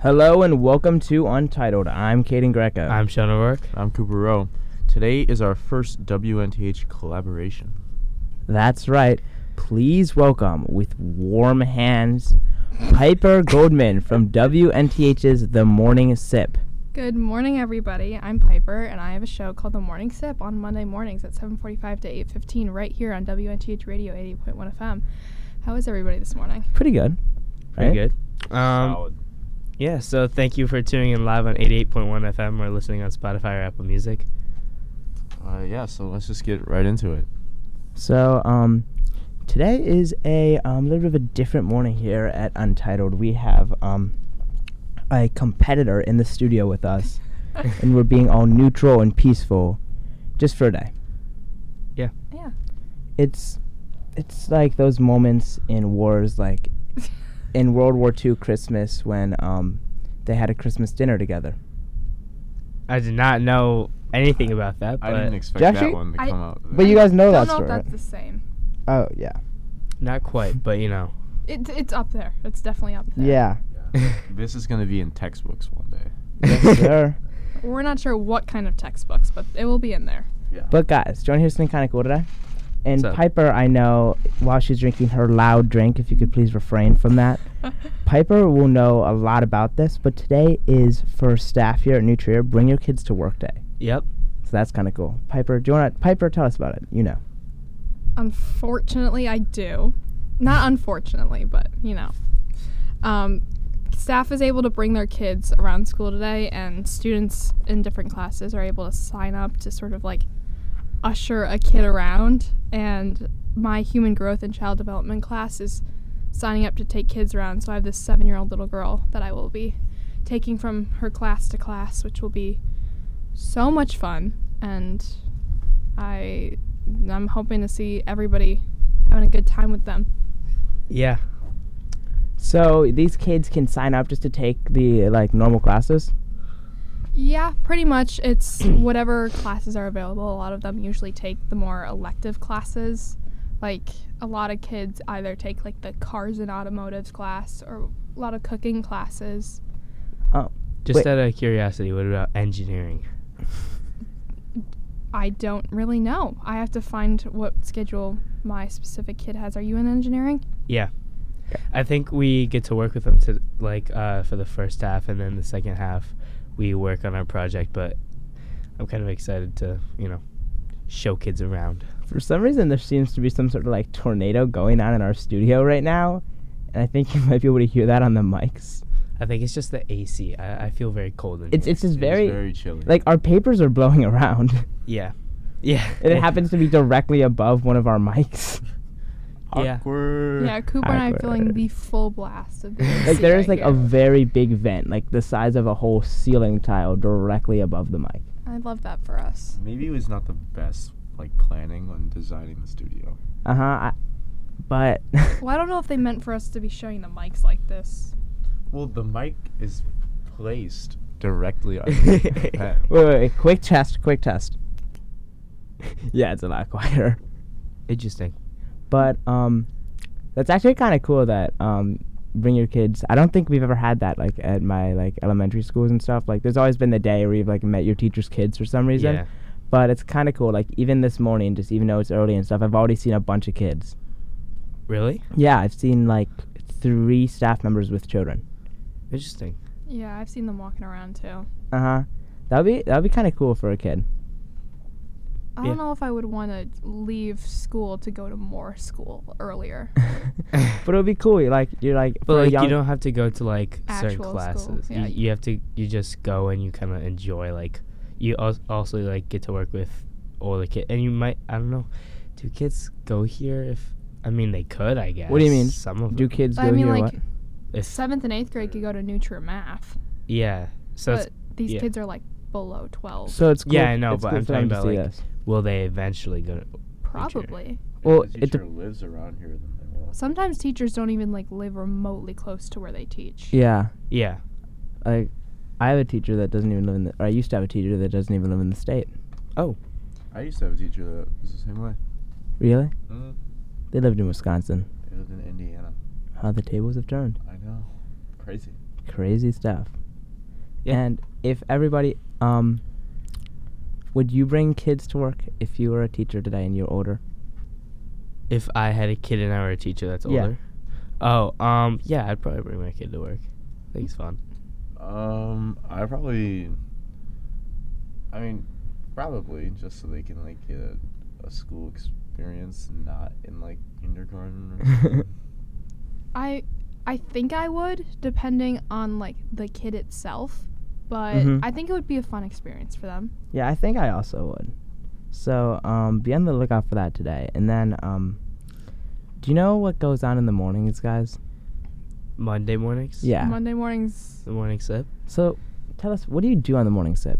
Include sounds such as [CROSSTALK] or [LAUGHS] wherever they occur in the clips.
Hello and welcome to Untitled. I'm Kaden Greco. I'm Sean O'Rourke. I'm Cooper Rowe. Today is our first WNTH collaboration. That's right. Please welcome with warm hands Piper Goldman from WNTH's The Morning Sip. Good morning, everybody. I'm Piper, and I have a show called The Morning Sip on Monday mornings at 7:45 to 8:15, right here on WNTH Radio 80.1 FM. How is everybody this morning? [LAUGHS] Pretty good. Pretty right? good. Um, yeah, so thank you for tuning in live on 88.1 FM or listening on Spotify or Apple Music. Uh, yeah, so let's just get right into it. So, um, today is a um, little bit of a different morning here at Untitled. We have um, a competitor in the studio with us, and we're being all neutral and peaceful just for a day. Yeah. [LAUGHS] Yeah. It's it's like those moments in wars, like in World War II Christmas when um, they had a Christmas dinner together. I did not know anything about that, I but didn't expect Did you that actually- one to I- come out. But you guys know Don't that know story. if that's right? the same. Oh yeah, not quite, but you know. It, it's up there. It's definitely up there. yeah. [LAUGHS] This is going to be in textbooks one day. [LAUGHS] Yes, sir. We're not sure what kind of textbooks, but it will be in there. But guys, do you want to hear something kind of cool today? And What's up? Piper, I know while she's drinking her loud drink, if you could please refrain from [LAUGHS] that. Piper will know a lot about this, but today is for staff here at Nutria, bring your kids to work day. Yep. So that's kind of cool. Piper, do you want to? Piper, tell us about it. You know. Unfortunately, I do. Not unfortunately, but you know. Um, staff is able to bring their kids around school today, and students in different classes are able to sign up to sort of like usher a kid around. And my human growth and child development class is signing up to take kids around. So I have this seven year old little girl that I will be taking from her class to class, which will be so much fun. And I I'm hoping to see everybody having a good time with them. Yeah. So these kids can sign up just to take the like normal classes. Yeah, pretty much. It's [CLEARS THROAT] whatever classes are available. A lot of them usually take the more elective classes. Like a lot of kids either take like the cars and automotives class or a lot of cooking classes. Oh, Just Wait. out of curiosity, what about engineering? I don't really know. I have to find what schedule my specific kid has. Are you in engineering? I think we get to work with them to like uh, for the first half, and then the second half we work on our project. But I'm kind of excited to you know show kids around. For some reason, there seems to be some sort of like tornado going on in our studio right now, and I think [LAUGHS] you might be able to hear that on the mics. I think it's just the AC. I, I feel very cold in It's here. it's just It is very, very chilly. like our papers are blowing [LAUGHS] around, yeah, [LAUGHS] yeah. and it happens to be directly above one of our mics. [LAUGHS] yeah. Awkward. Yeah, Cooper and I are feeling Awkward. the full blast of [LAUGHS] the Like AC there is right like a here. very big vent, like the size of a whole ceiling tile, directly above the mic. I love that for us. Maybe it was not the best like planning when designing the studio. Uh huh. I, but Well, I don't know if they meant for us to be showing the mics like this. Well, the mic is placed [LAUGHS] directly under the pen. wait, wait, wait, quick test, quick test. [LAUGHS] yeah, it's a lot quieter. Interesting. But um, that's actually kind of cool that um, bring your kids. I don't think we've ever had that like at my like elementary schools and stuff. Like there's always been the day where you've like met your teacher's kids for some reason. Yeah. But it's kind of cool. Like even this morning, just even though it's early and stuff, I've already seen a bunch of kids. Really? Yeah, I've seen like three staff members with children. [LAUGHS] Interesting. Yeah, I've seen them walking around too. Uh huh. That would be that would be kind of cool for a kid. [LAUGHS] I Yeah. don't know if I would want to leave school to go to more school earlier. But it would be cool. Like you're like for But a like young, you don't have to go to like Actual certain school, classes. yeah. You, you have to you just go and you kind of enjoy like you al- also like get to work with older kids and you might I don't know do kids go here if I mean they could I guess What do you mean? some of do them. kids go I mean, here? like what? If- seventh and eighth grade could go to Nutra Math, yeah so it's, but these yeah. kids are like below twelve, So it's cool. Yeah, I know, it's but cool I'm for them talking to about, see like, this. will they eventually go to, probably. Well, If the it teacher lives around here. Then they will. Sometimes teachers don't even like live remotely close to where they teach. yeah. yeah like I have a teacher that doesn't even live in the or I used to have a teacher that doesn't even live in the state. I used to have a teacher that was the same way. Really? Mm. They lived in Wisconsin. They lived in Indiana. How the tables have turned. I know. Crazy. Crazy stuff. Yeah. And if everybody, um, would you bring kids to work if you were a teacher today and you're older? [LAUGHS] If I had a kid and I were a teacher that's Yeah. older. Oh, um, yeah, I'd probably bring my kid to work. I think it's fun. Um, I probably. I mean, probably just so they can like get a, a school experience, not in like kindergarten. [LAUGHS] Or something. I I think I would, depending on like the kid itself. But Mhm. I think it would be a fun experience for them. Yeah, I think I also would. So um, be on the lookout for that today. And then, um, do you know what goes on in the mornings, guys? Monday mornings? Yeah. Monday mornings, The morning sip? So tell us, what do you do on the morning sip?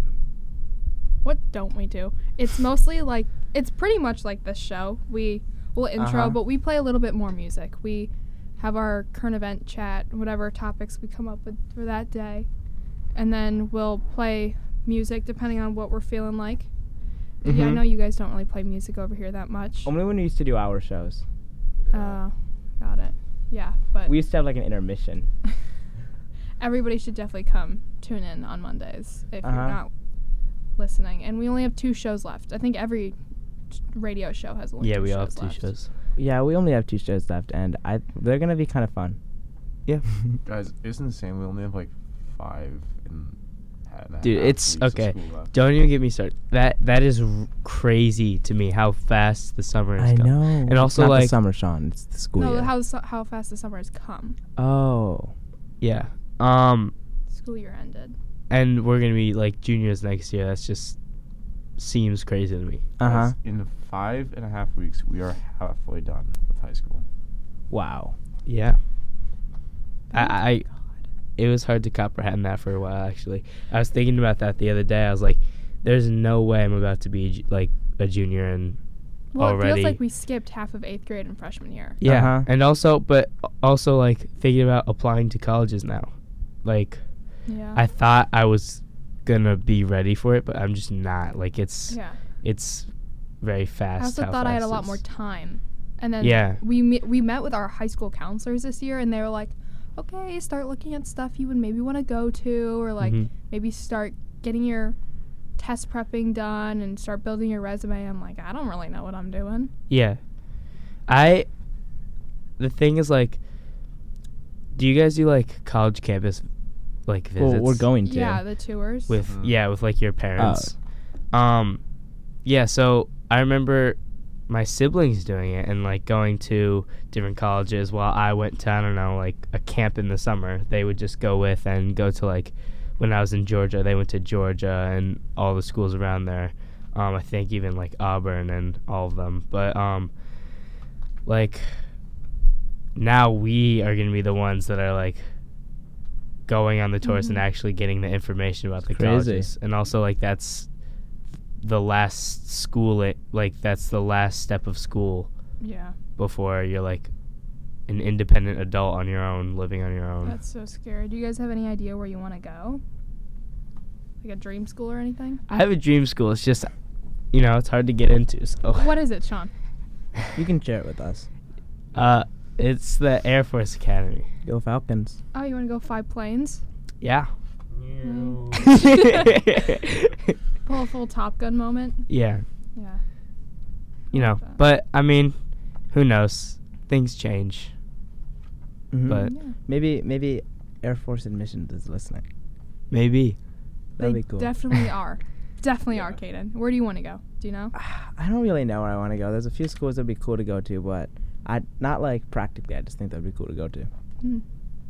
what don't we do? It's mostly like it's pretty much like this show. We will intro, Uh-huh. but we play a little bit more music. We have our current event chat, whatever topics we come up with for that day, and then we'll play music depending on what we're feeling like. Yeah, I Mhm. know you guys don't really play music over here that much. Only when we used to do our shows. Uh, got it. Yeah, but We used to have like an intermission. everybody should definitely come tune in on Mondays if Uh-huh. you're not listening. And we only have two shows left. I think every t- radio show has only yeah, two we shows all have two left. shows. Yeah, we only have two shows left, and I they're gonna be kind of fun. Yeah. Guys, it's insane. We only have like five and. ha- and a Dude, half it's weeks of okay. school left. Don't even get me started. That that is r- crazy to me how fast the summer is I going. know. And also Not the like summer, Sean. It's the school No, year. how su- how fast the summer has come. oh, yeah. Um School year ended. and we're going to be like juniors next year. That's just seems crazy to me. uh Uh-huh. huh. Guys, In five and a half weeks, we are halfway done with high school. Wow. Yeah. I, Oh my I it was hard to comprehend that for a while actually. I was thinking about that the other day. I was like, there's no way I'm about to be ju- like a junior and Well, it already- feels like we skipped half of eighth grade and freshman year. yeah. Uh-huh. And also, but also like thinking about applying to colleges now. Like Yeah. I thought I was gonna be ready for it, but I'm just not. Like it's yeah. it's very fast. I also how thought I had a fast lot more it's- time. And then Yeah. we me- we met with our high school counselors this year, and they were like, "Okay, start looking at stuff you would maybe want to go to, or like Mhm. maybe start getting your test prepping done and start building your resume." I'm like, I don't really know what I'm doing. Yeah. I the thing is like do you guys do like college campus like visits? Well, we're going to. Yeah, the tours. with Mhm. yeah, with like your parents. Um yeah, so I remember my siblings doing it and like going to different colleges while I went to I don't know, like a camp in the summer. They would just go with and go to like when I was in Georgia, they went to Georgia and all the schools around there. Um, I think even like Auburn and all of them. But um, like now we are gonna be the ones that are like going on the tours and Mhm. actually getting the information about the Crazy. colleges. And also like that's the last school it like that's the last step of school yeah, before you're like an independent adult on your own, living on your own. that's so scary. Do you guys have any idea where you want to go? Like a dream school or anything? I have a dream school. It's just, you know, it's hard to get into. So [LAUGHS] What is it, Sean? You can share it with us. Uh, it's the Air Force Academy. Go Falcons. Oh, you want to go five planes? Yeah. Hmm. Pull a full Top Gun moment? [LAUGHS] yeah. Yeah. You know, but I mean, who knows? Things change. Mhm. But- Mm, yeah. maybe maybe Air Force admissions is listening. Maybe. That'd they be cool. [LAUGHS] definitely are. Definitely are, Yeah. Caden. Where do you want to go? Do you know? I don't really know where I want to go. There's a few schools that'd be cool to go to, but I not like practically. I just think that'd be cool to go to. Hmm.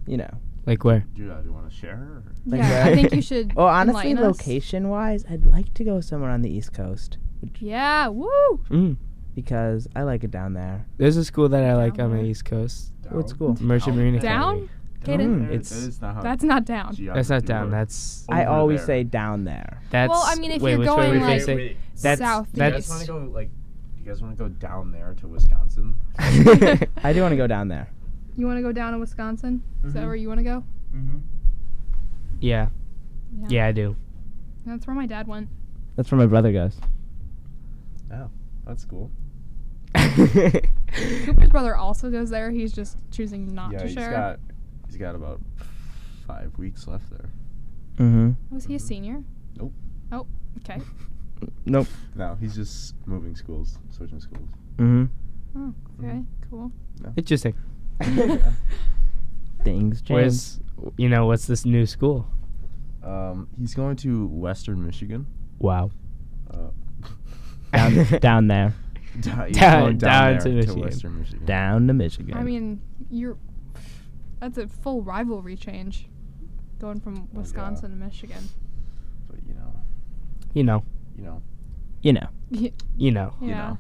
You know. Like where? Do you, uh, do you want to share? Or? Like yeah, that? I think you [LAUGHS] should. Well, honestly, enlighten us. location wise, I'd like to go somewhere on the East Coast Yeah, woo! Mm. because I like it down there. There's a school that I like on the Down. East Coast. What Down? school? Merchant Marine Academy. Down? Caden? Mm, That it's- is not how That's not down. That's geography not down. works. That's I Over always there. say down there. [LAUGHS] that's. I mean, if wait, you're which way are we going, like- facing? That's- Southeast. Do you guys want to go like? Do you guys want to go down there to Wisconsin? [LAUGHS] I do want to go down there. You want to go down to Wisconsin? Is Mm-hmm. that Mhm. where you want to go? Mm-hmm. [LAUGHS] yeah. Yeah, I do. [LAUGHS] That's where my dad went. That's where my brother [LAUGHS] goes. That's cool. Cooper's brother also goes there. He's just choosing not yeah, to he's share. got he's got about five weeks left there. Mm-hmm. Was Oh, he a Mhm. senior? Nope. Oh, okay. Nope. No, he's just moving schools, switching schools. Mm-hmm. Oh, okay, cool. Interesting. [LAUGHS] Yeah. Things change. Where's you know what's this new school? Um, he's going to Western Michigan. Wow. Uh, [LAUGHS] down, down [LAUGHS] there, down, he's Down- going down down, to there Michigan. Western Michigan. down to Michigan. I mean, you're. That's a full rivalry change, going Oh from yeah. Wisconsin to Michigan. But you know, You know. you know, you know, You know. yeah. you know.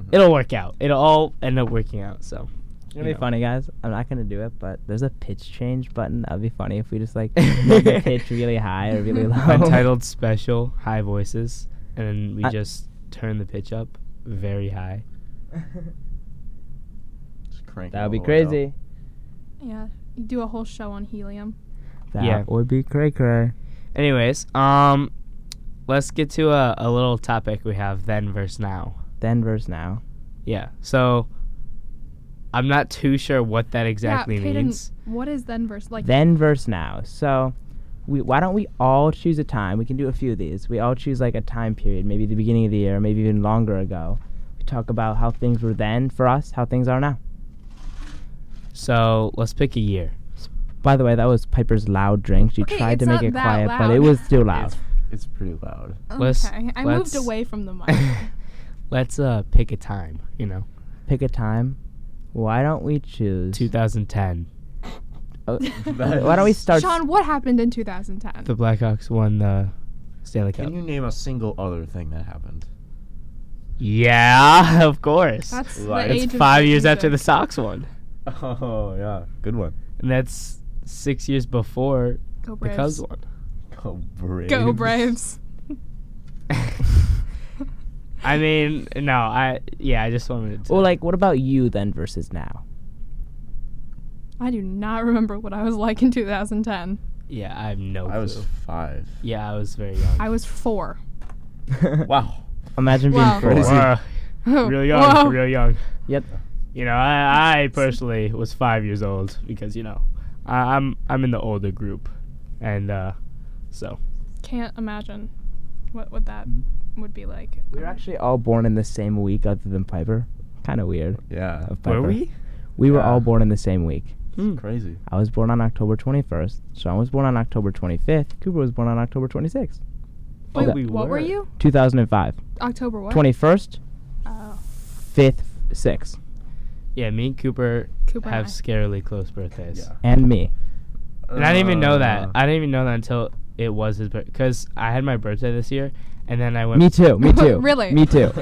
Mhm. It'll work out. It'll all end up working out. So. it'll be know. [LAUGHS] funny, guys. I'm not gonna do it, but there's a pitch change button. That'd be funny if we just [LAUGHS] like made the pitch really high or really low. Untitled special high voices, and then we I- just turn the pitch up very high. Just [LAUGHS] crank it That would all be Oh, the way up. crazy. Yeah. You do a whole show on helium. That Yeah. would be cray cray. Anyways, um, let's get to a, a little topic we have then versus now. Then versus now. Yeah. So. I'm not too sure what that exactly yeah, Peyton, means. What is then versus like? then versus now. So, we why don't we all choose a time? We can do a few of these. We all choose like a time period, maybe the beginning of the year, maybe even longer ago. We talk about how things were then for us, how things are now. So let's pick a year. By the way, that was Piper's loud drink. She Okay, tried to it's make not it that quiet, but loud. it was still loud. It's, it's pretty loud. let's- okay, I let's- moved away from the mic. [LAUGHS] Let's uh pick a time, you know. Pick a time. Why don't we choose? 2010. [LAUGHS] Oh, why don't we start? Sean, what happened in 2010? The Blackhawks won the Stanley Cup. Can you name a single other thing that [LAUGHS] happened? yeah, [LAUGHS] of course. That's the Like- age It's of five years after the music. Sox won. Oh yeah, good one. [LAUGHS] And that's six years before Go the Braves. Cubs won. [LAUGHS] Go Braves. Go Braves. [LAUGHS] I mean, no, I yeah, I just wanted to Well, like, what about you then versus now? [LAUGHS] I do not remember what I was like in 2010. Yeah, I have [LAUGHS] no I clue. was five. yeah, I was very young. I was four. [LAUGHS] Wow. Imagine being Wow. four. Crazy. Wow, [LAUGHS] real young, Whoa. real young. Yep. You know, I, I personally was five years old because you know, I, I'm I'm in the older group, and uh, so Can't imagine what what that would be like. Um, We were actually all born in the same week, other than Piper. Kind of weird. Yeah. Of Piper. were we? We were Yeah. all born in the same week. Hmm. Crazy. I was born on October 21st. Sean was born on October 25th. Cooper was born on October 26th, Wait, Oh, we what were were. you? 2005. October what? 21st, Oh, [LAUGHS] 5th, 6th, Yeah, me and Cooper, Cooper and have I. scarily close birthdays. Yeah. and me. And I didn't even know that. Uh, I [LAUGHS] didn't even know that until it was his birthday. Because I had my birthday this year, and then I went. Me too. [LAUGHS] Me too. Really? Me [LAUGHS] too.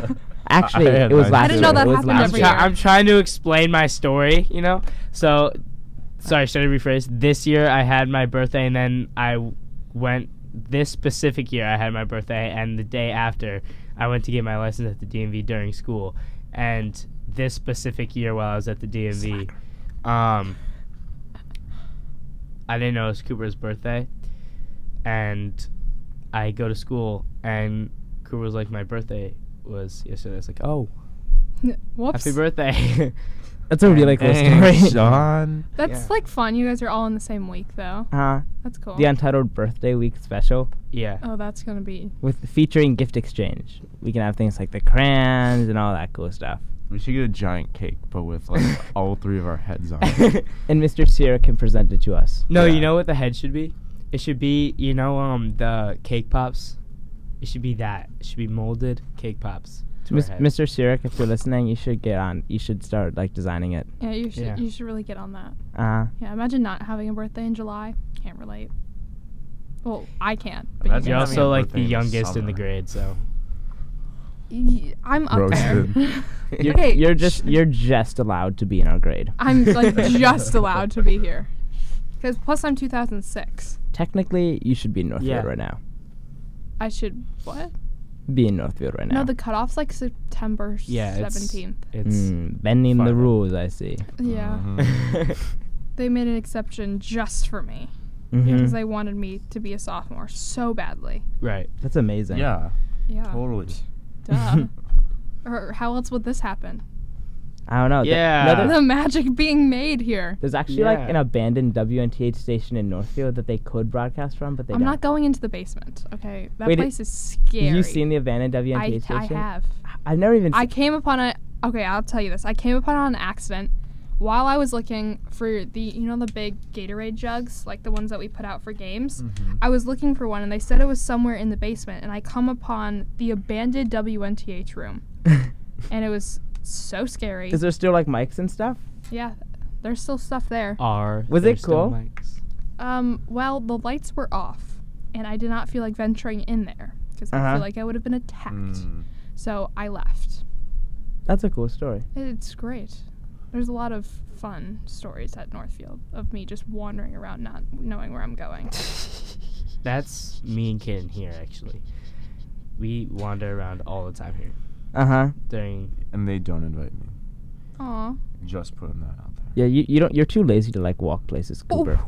Actually, I had it was mine last I didn't year. know that It was happened last I'm, every year. try- year. I'm trying to explain my story, you know? So, sorry, should I rephrase? This year I had my birthday, and then I w- went. This specific year I had my birthday, and the day after I went to get my license at the DMV during school. And this specific year while I was at the DMV, um, I didn't know it was Cooper's birthday. And I go to school, and Cooper was like, My birthday was yesterday. I was like, Oh, whoops. [LAUGHS] Happy birthday. That's a really cool Dang, story. [LAUGHS] Sean. That's Yeah. like fun. You guys are all in the same week though. Uh, Uh-huh. That's cool. the Untitled Birthday Week special yeah. Oh, that's gonna be. with featuring gift exchange. We can have things like the crayons and all that cool stuff. We should get a giant cake, but with like [LAUGHS] all three of our heads on. it. [LAUGHS] And Mr. Sierra can present it to us. no, Yeah. you know what the head should be? It should be, you know, um, the cake pops. It should be that. It should be molded cake pops. To Mis- our head. Mr. Sirik, if you're listening, you should get on. You should start like designing it. Yeah, you should Yeah. you should really get on that. Uh-huh. Uh, Yeah, imagine not having a birthday in July. Can't relate. Well, I can. But Imagine you You're can. having a also like birthday the in the youngest in summer. the grade, so Y- I'm up Roasted. there. [LAUGHS] you're, okay, you're just you're just allowed to be in our grade. [LAUGHS] I'm like just allowed to be here. Because plus I'm 2006. Technically, you should be in Northfield Yeah. right now. I should what? Be in Northfield right now. No, the cutoff's like September yeah, it's 17th. It's Mm, bending the Fine. rules, I see. Uh-huh. [LAUGHS] Yeah, Mm-hmm. Hmm. they made an exception just for me Mhm. Mm-hmm. because they wanted me to be a sophomore so badly. right. That's amazing. yeah, Yeah, totally. duh. or how else would this happen? I don't know. Th- Yeah. no, Uh, there's, the magic being made here. there's actually like Yeah. an abandoned WNTH station in Northfield that they could broadcast from, but they I'm don't. not going into the basement. Okay, that Wait, it- place is scary. You've seen the abandoned WNTH I, station? I have. I've never even. I seen came upon a. Okay, I'll tell you this. I came upon an accident while I was looking for the you know the big Gatorade jugs, like the ones that we put out for games. Mm-hmm. I was looking for one, and they said it was somewhere in the basement. And I come upon the abandoned WNTH [LAUGHS] room, and it was so scary. Is there still like mics and stuff? yeah, there's still stuff there. Are Was there it cool? still mics? Um, well, the lights were off, and I did not feel like venturing in there because I Uh-huh. feel like I would have been attacked. Mm. So I left. That's a cool story. It's great. There's a lot of fun stories at Northfield of me just wandering around, not knowing where [LAUGHS] I'm going. That's me and Kaden here actually. We wander around all the time here Uh huh. during. And they don't invite me. Aw. Just putting that out there. Yeah, you, you don't. You're too lazy to like walk places, Cooper.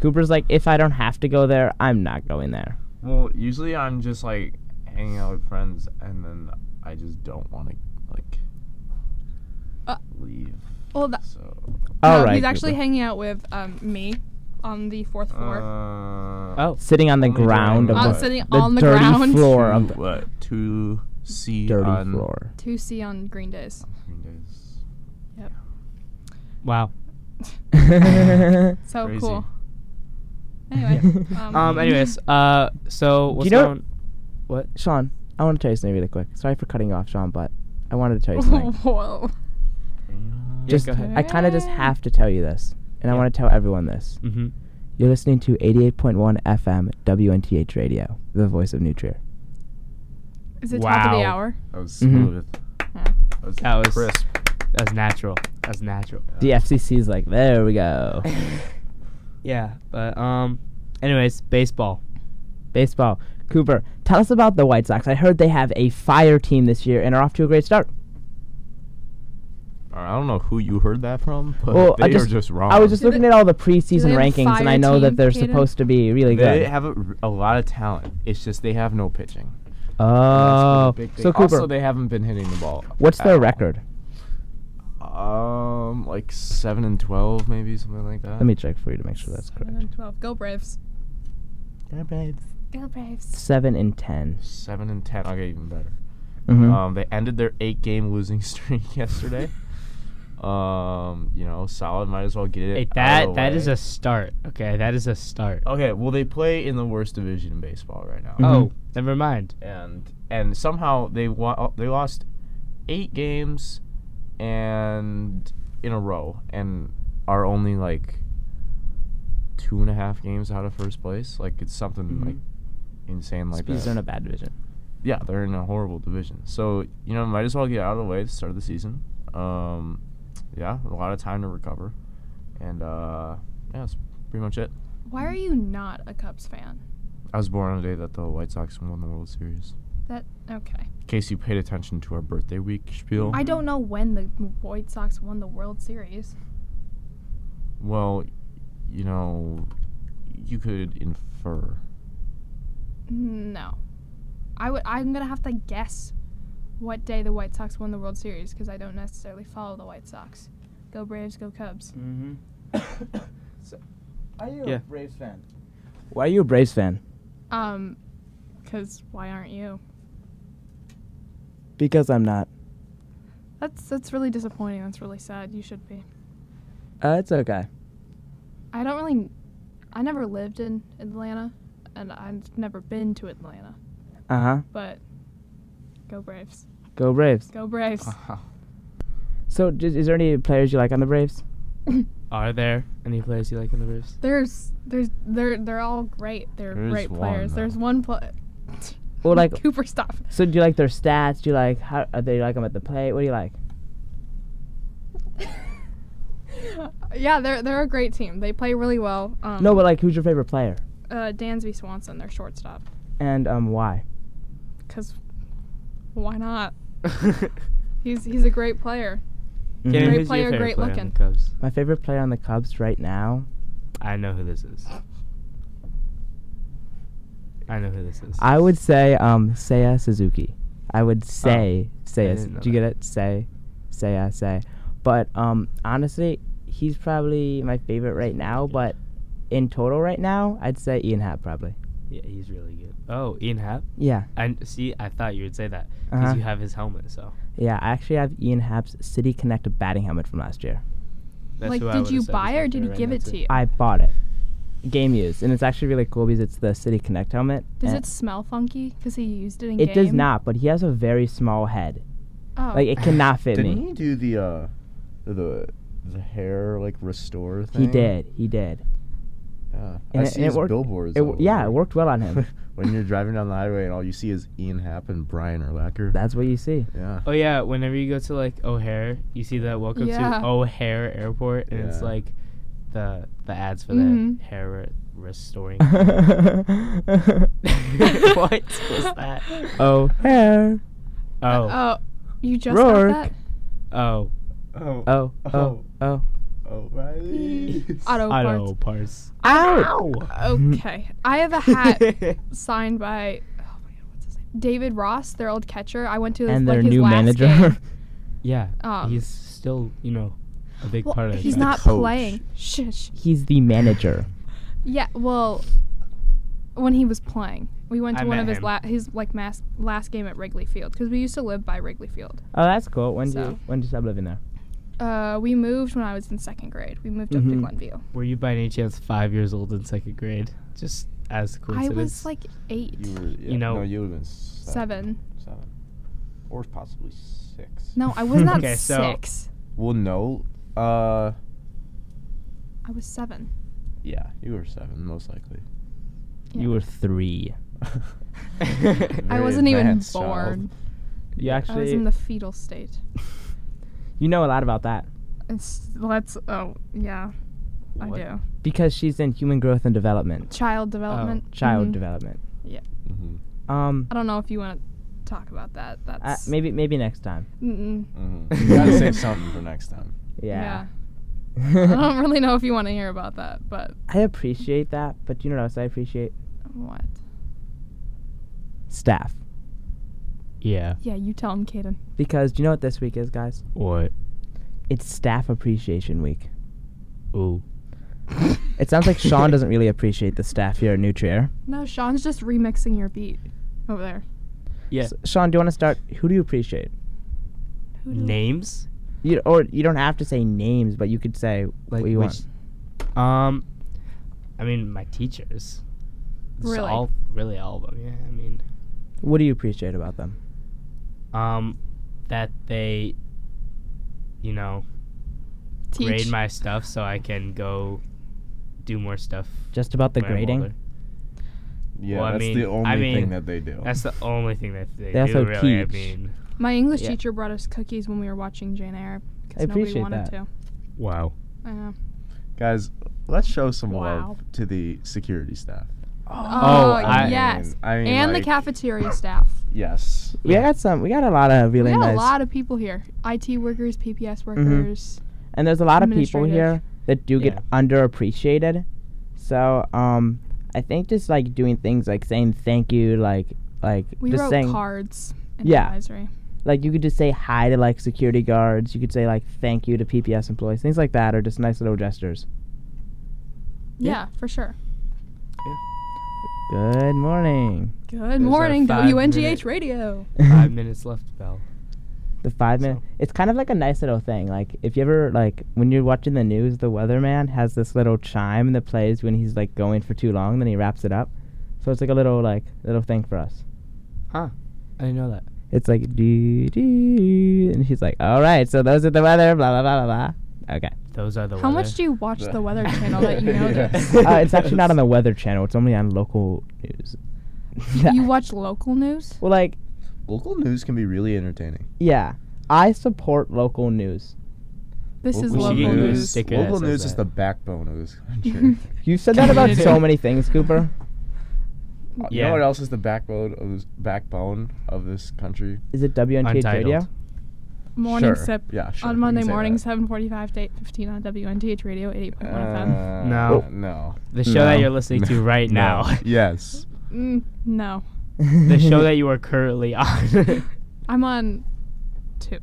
Cooper's like, if I don't have to go there, I'm not going there. Well, usually I'm just like hanging out with friends, and then I just don't want to like Uh, leave. Well, th- So All no, right. he's actually Cooper. hanging out with um, me on the fourth floor. uh, Oh, sitting on the Only ground of doing I'm what? the, sitting the on the dirty ground. floor [LAUGHS] of the what to see dirty on floor. 2C on green [LAUGHS] days. Green Days. wow. [LAUGHS] So Crazy. cool. Anyway. [LAUGHS] um, Um. Anyways. Uh. So what's you know- going? Sean, I want to tell you something really quick. Sorry for cutting you off, Sean, but I wanted to [LAUGHS] tell you something. Whoa. Yeah. just, go ahead. I kind of just have to tell you this, and I Yeah. want to tell everyone this. Mm-hmm. You're listening to 88.1 FM WNTH Radio, the voice of Nutrier. Is it top of the Wow. hour? That was Mhm. smooth. Yeah. That was- crisp. That's natural. That's natural. The FCC's like, there we go. Yeah. But um. Anyways, baseball. Baseball. Cooper, tell us about the White Sox. I heard they have a fire team this year and are off to a great start. I don't know who you heard that from, but Well, they I just- are just wrong. I was just Do they- looking at all the do preseason they have a rankings, and fire I know team, that they're Kaden? supposed to be really they good. have a, r- a lot of talent. It's just they have no pitching. Oh, That's been a big thing. Uh, so Cooper, also they haven't been hitting the ball. what's at their all. record? Um, like seven and twelve, maybe something like that. Let me check for you to make sure that's Seven correct. and 12. Go Braves. Go Braves. Seven and 10 seven and ten. I'll get even better. Mm-hmm. Um, they ended their eight-game losing [LAUGHS] streak yesterday. um, you know, solid. Might as well get it. Hey, out of the that that is way. a start. Okay. That is a start. Okay, well, they play in the worst division in baseball right now, Mhm. Oh, never mind. and and somehow they wa- they lost eight games and in a row, and are only like two and a half games out of first place. Like it's something Mhm. like insane like These that. are in a bad division. yeah, they're in a horrible division. So you know, might as well get out of the way at the start of the season. Um, yeah, a lot of time to recover, and uh, yeah, that's pretty much it. Why are you not a Cubs fan? I was born on the day that the White Sox won the World Series. That okay. In case you paid attention to our birthday week spiel, I don't know when the White Sox won the World Series. well, you know, you could infer. No, I would. I'm gonna have to guess what day the White Sox won the World Series because I don't necessarily follow the White Sox. Go Braves, go Cubs. Mm-hmm. Um, Are you a Yeah. Braves fan? Why are you a Braves fan? Um, because why aren't you? Because I'm not. That's that's really disappointing. That's really sad. You should be. Uh, it's okay. I don't really. I never lived in Atlanta, and I've never been to Atlanta. Uh Uh-huh. huh. But go Braves, Go Braves. go Braves. Ah. Uh-huh. So, j- is there any players you like on the Braves? Are there any players you like in the Braves? [LAUGHS] There's, there's, they're, they're all great. They're There is great one, players. though. There's one pl- Well, like, [LAUGHS] Cooper stop. so do you like their stats? Do you like how are they like them at the plate? What do you like? yeah, they're they're a great team. They play really well. Um, No, but like, who's your favorite player? uh, Dansby Swanson, their shortstop. And um, why? Cause why not? Mm-hmm. He's he's a great player. Kaden, Great who's your player, favorite great player on the looking. Cubs? My favorite player on the Cubs right now. I know who this is. I know who this is. I would say um Seiya Suzuki. I would say Oh, I Seiya. didn't know Do you that. get it? Say, Seiya, say. But um, honestly, he's probably my favorite right now. But in total, right now, I'd say Ian Happ probably. Yeah, he's really good. Oh, Ian Happ. Yeah, I see. I thought you would say that because Uh-huh. you have his helmet. So yeah. I actually have Ian Happ's City Connect batting helmet from last year. that's like, who I did would've you said was buy my or did he favorite right give now, it too. to you? I bought it, game used, and it's actually really cool because it's the City Connect helmet. Does and it smell funky? Because he used it in Eh. It game. does not, but he has a very small head. Oh. Like [LAUGHS] it [LAUGHS] cannot fit Didn't me. he do the uh, the the hair like restore thing? He did. He did. Yeah. I And it- see and it his worked- billboards. it all w- yeah, over. it worked well on [LAUGHS] him. when you're driving down the highway and all you see is Ian Happ and Brian Urlacher. That's what you [LAUGHS] see. yeah. Oh yeah, whenever you go to like O'Hare, you see that welcome Yeah. to O'Hare Airport, and it's Yeah. like the the ads for Mhm. the hair re- [LAUGHS] restoring. what what was that? Oh, hair. Oh Oh, you just Rourke. got that? oh Oh. Oh, oh, oh. O'Reilly. Auto auto parts. parts. Oh. Ow! Okay. I have [LAUGHS] a hat signed by oh my God, what's his name? David Ross, their old catcher. I went to his, and like their his new last manager. game. Yeah, Um, he's still you know a big Well, part of. he's that. not coach. playing. Shush. [LAUGHS] He's the [LAUGHS] manager. Yeah. Well, when he was playing, we went to I one met of his him. la- his like mas- last game at Wrigley Field because we used to live by Wrigley Field. Oh, that's cool. When did So. you when did you stop living there? Uh, we moved when I was in second grade. We moved up to Mhm. Glenview. Were you by any chance five years old in second grade? Just as a I coincidence. was like eight, You were. Yeah, know- No, you would have been seven. seven. Seven. Or possibly six. No, [LAUGHS] I was not Okay, so- six. Well, no. Uh. I was seven. Yeah, you were seven, most likely. You were three. [LAUGHS] I Very wasn't even advanced child. born. You I was actually in the fetal state. you know a lot about that It's let's oh yeah, I What? do. because she's in human growth and development, Child development. Oh, child Mhm. development. Mhm, Um, I don't know if you want to talk about that. I, That's Uh, maybe maybe next time. Mm-mm. mhm. You gotta save something for next time. [LAUGHS] Yeah. I don't really know if you want to hear about that, but I appreciate that, but you know what else I appreciate? what? Staff. yeah. Yeah, you tell him, Kaden. Because do you know what this week is, guys? What? It's Staff Appreciation Week. Ooh. It sounds like [LAUGHS] Sean doesn't really appreciate the staff here at Nutriair. No, Sean's just remixing your beat over there. Yeah. S- Sean, do you want to start? Who do you appreciate? Who do- Names. You or you don't have to say names, but you could say what you want. Um, I mean, my teachers. Just Really? All, really, all of them. Yeah. I mean, What do you appreciate about them? um, that they, you know, grade Teach. my stuff so I can go do more stuff. Just about the when I'm grading. older. Yeah, Well, I that's mean- the only I mean, thing that they do. That's the only thing that they, They do. also Really, teach. I mean. My English Yeah. teacher brought us cookies when we were watching Jane Eyre. 'cause I nobody appreciate wanted that. to. Wow. I know. Guys, let's show some Wow. love to the security staff. Oh, I- yes. I mean, and like, the cafeteria staff. Yes. We got some. We got a lot of [LAUGHS] really we got nice. Mm-hmm. a lot of people here. IT workers, PPS workers. and there's a lot of people administrative. here that do get Yeah. underappreciated. So um, I think just like doing things like saying thank you, like like We just wrote saying cards in Yeah. advisory. like you could just say hi to like security guards. You could say like thank you to PPS employees, things like that, are just nice little gestures. Yeah, Yeah. for sure. Good morning. Good our morning, five WNGH [LAUGHS] minute- Radio. [LAUGHS] Five [LAUGHS] minutes left, Bell. The five minute. So- It's kind of like a nice little thing. Like if you ever like when you're watching the news, the weatherman has this little chime that plays when he's like going for too long, then he wraps it up. So it's like a little like little thing for us. Huh. I didn't know that. It's like dee dee, and he's like, "All right, so those are the weather." Blah blah blah blah blah. Okay. Those are the. How much weather. do you watch the The- [LAUGHS] Weather Channel that you know this? Yes. Uh, it's actually not on the Weather Channel. It's only on local news. [LAUGHS] [LAUGHS] You watch local news? well, like Local news can be really entertaining. yeah, I support local news. This is We should local get you a news. sticker that Local says news is that. the backbone of [LAUGHS] this country. You've said that about so Community. many things, Cooper. You know Yeah. what else is the backbone of this backbone of this country? Is it WNTH Untitled. Radio? Morning Sure. sip Yeah, sure. on you Monday can say morning, that. 7:45 to 8:15 on WNTH Radio, 88.1 FM. Uh, No. No. The show that you're listening to right No. now. [LAUGHS] yes. Mm, no, the show that you are currently on. I'm on two.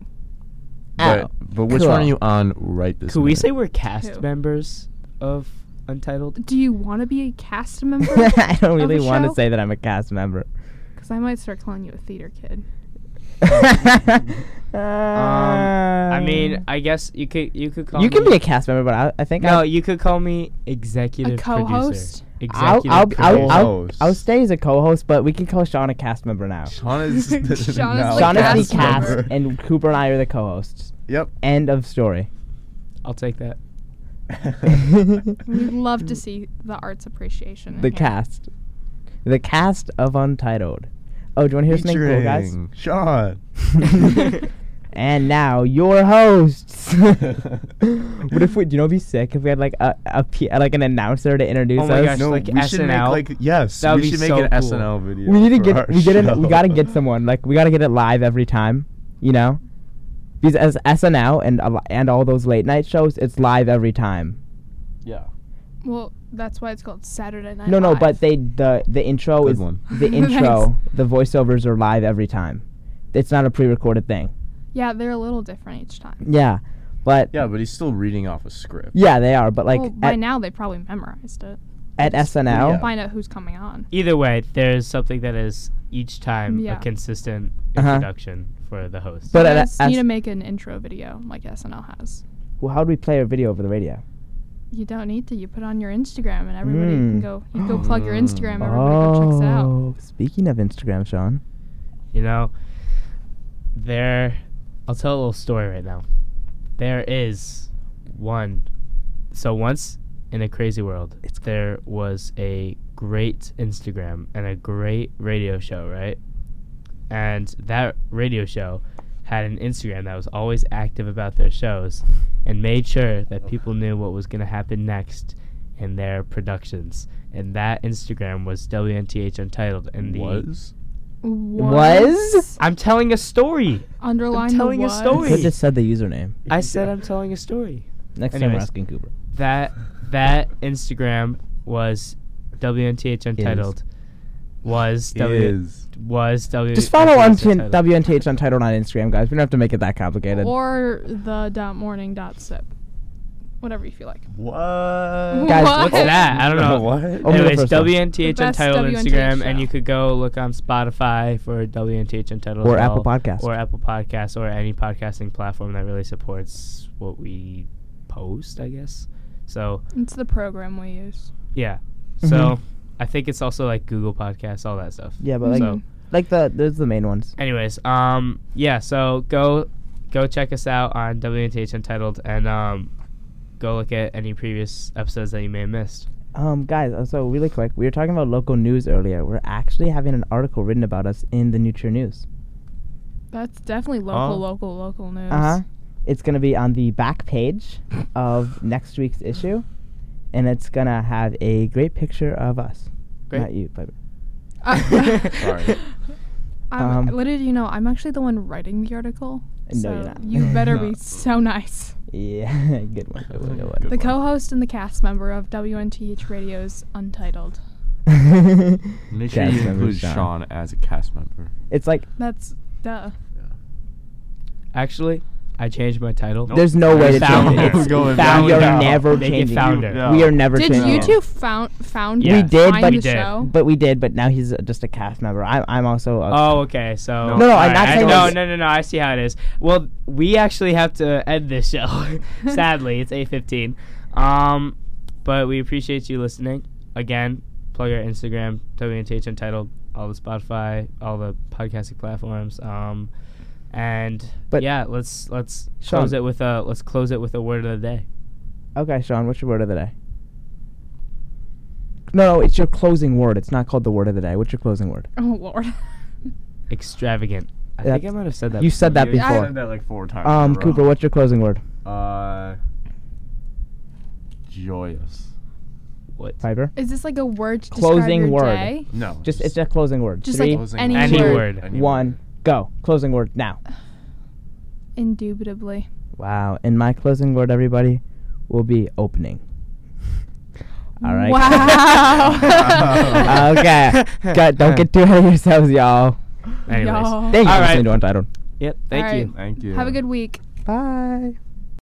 Ow. But, but which one are Cool. you on right this Could we minute? say [LAUGHS] we're cast Who? members of Untitled? Do you want to be a cast [LAUGHS] member? [LAUGHS] I don't Of really a want show? to say that I'm a cast member. Because I might start calling you a theater kid. [LAUGHS] I I mean, Um, I guess you could you could call Um, you can me- be a cast member, but I, I think no, I, you could call me executive A co-host? producer. I'll, Executive I'll, I'll, producer. I'll, co-host. I'll stay as a co-host, but we can call Sean a cast member now. Sean [LAUGHS] is, Sean is now the Sean is cast the cast, member. and Cooper and I are the co-hosts. [LAUGHS] Yep. End of story. I'll take that. [LAUGHS] We'd love [LAUGHS] to see the arts appreciation. in the here. [LAUGHS] cast, [LAUGHS] the cast of Untitled. Oh, do you want to hear something cool, guys? Featuring Sean. And now your hosts. [LAUGHS] [LAUGHS] what if we? Do you know? It'd be sick if we had like a, a P, like an announcer to introduce Oh my us. gosh, no, like we should SNL? make like yes. That would we be should make so an cool. SNL video. we need to for get our we get it, we show. gotta get someone like we gotta get it live every time you know because as SNL and a lo- and all those late night shows it's live every time Yeah. Well, that's why it's called Saturday Night. no no Live. but they the the intro Good Oh, is one. [LAUGHS] the intro the voiceovers are live every time it's not a pre-recorded thing yeah, they're a little different each time. yeah but yeah, Yeah, but he's still reading off a script. they are but like well, by at, now they probably memorized it. at SNL Yeah. Find out who's coming on. Either way, there's something that is each time Yeah. a consistent Uh-huh. introduction for the host. But But at- you guys as- need to make an intro video like SNL has. well, how do we play our video over the radio You don't need to. You put on your Instagram and everybody can Mm. go. You go plug your Mm. Instagram. Everybody go checks it out. Oh, speaking of Instagram Sean You know, there. I'll tell a little story right now. There is one. So once in a crazy world, there was a great Instagram and a great radio show, right? And that radio show had an Instagram that was always active about their shows and made sure that people knew what was going to happen next in their productions. And that Instagram was WNTH Untitled. And the was Was? I'm telling a story. underline I'm telling the a was. story. I just said the username [LAUGHS] I said I'm telling a story. next time we're Anyways. asking Cooper That that Instagram was WNTH Untitled. Was W is was W Just follow WNTH untin- Untitled. WNTH Untitled on Instagram, guys. We don't have to make it that complicated. Or the dot morning dot sip, whatever you feel like. what? Uh, Guys, What's that? I don't know. Oh, What? Open the Anyways, first one. The WNTH best Untitled WNTH Instagram, and show. you could go look on Spotify for WNTH Untitled, Or as Apple well, Podcast. or Apple Podcasts, or any podcasting platform that really supports what we post. I guess. So It's the program we use. yeah, Mhm. so I think it's also like Google Podcasts, all that stuff. yeah, but like, So- like the those are the main ones. anyways um yeah so go go check us out on WNTH Untitled and um go look at any previous episodes that you may have missed Um, guys, uh, so really quick, we were talking about local news earlier. We're actually having an article written about us in the Nutra News. That's definitely local, Oh. local, local news. Uh [LAUGHS] huh. It's gonna be on the back page of next week's issue, and it's gonna have a great picture of us. Great. Not you, but [LAUGHS] Uh, Sorry. Um, I'm- little do you know, I'm actually the one writing the article. No, so you're not. You better No. be so nice. yeah, [LAUGHS] good one. Good one. Good one. Good The one. co-host and the cast member of WNTH Radio's [LAUGHS] Untitled. Make sure Cast you member include Sean as a cast member. It's like That's duh. actually I changed my title Nope. there's no way to change Found it. it. It's found. Going back. You're No. never Make it changing. founder. No. We are never Did changing. you it. two found found Yeah. We did, find but- the We did. show? But we did, but now he's uh, just a cast member. I, I'm also. A, oh okay so No, no, I'm Alright, not I- saying no it's- no no no I see how it is well we actually have to end this show [LAUGHS] sadly it's 8.15 um but we appreciate you listening again plug our Instagram WNTH Untitled all the Spotify all the podcasting platforms um and But- yeah let's let's Sean. close it with a let's close it with a word of the day Okay, Sean, what's your word of the day? No, no, it's your closing word. It's not called the word of the day. What's your closing word? oh lord. [LAUGHS] extravagant I That's- think I might have said that You said that You I- before. said that like four times. in Um, a row. Cooper, what's your closing word? Uh, joyous. what Piper? Is this like a word to Closing describe your word. day? No. Just, it's a closing word. Just Three, like Closing any, Any E word. word. Any one, go. Closing word now. Indubitably. Wow. And my closing word, everybody, will be opening. All right. Wow. [LAUGHS] okay. God, don't get too ahead of yourselves, y'all. anyways Y'all. Thank you All for right. listening to Untitled. yep thank All right. you Thank you. Have a good week. Bye.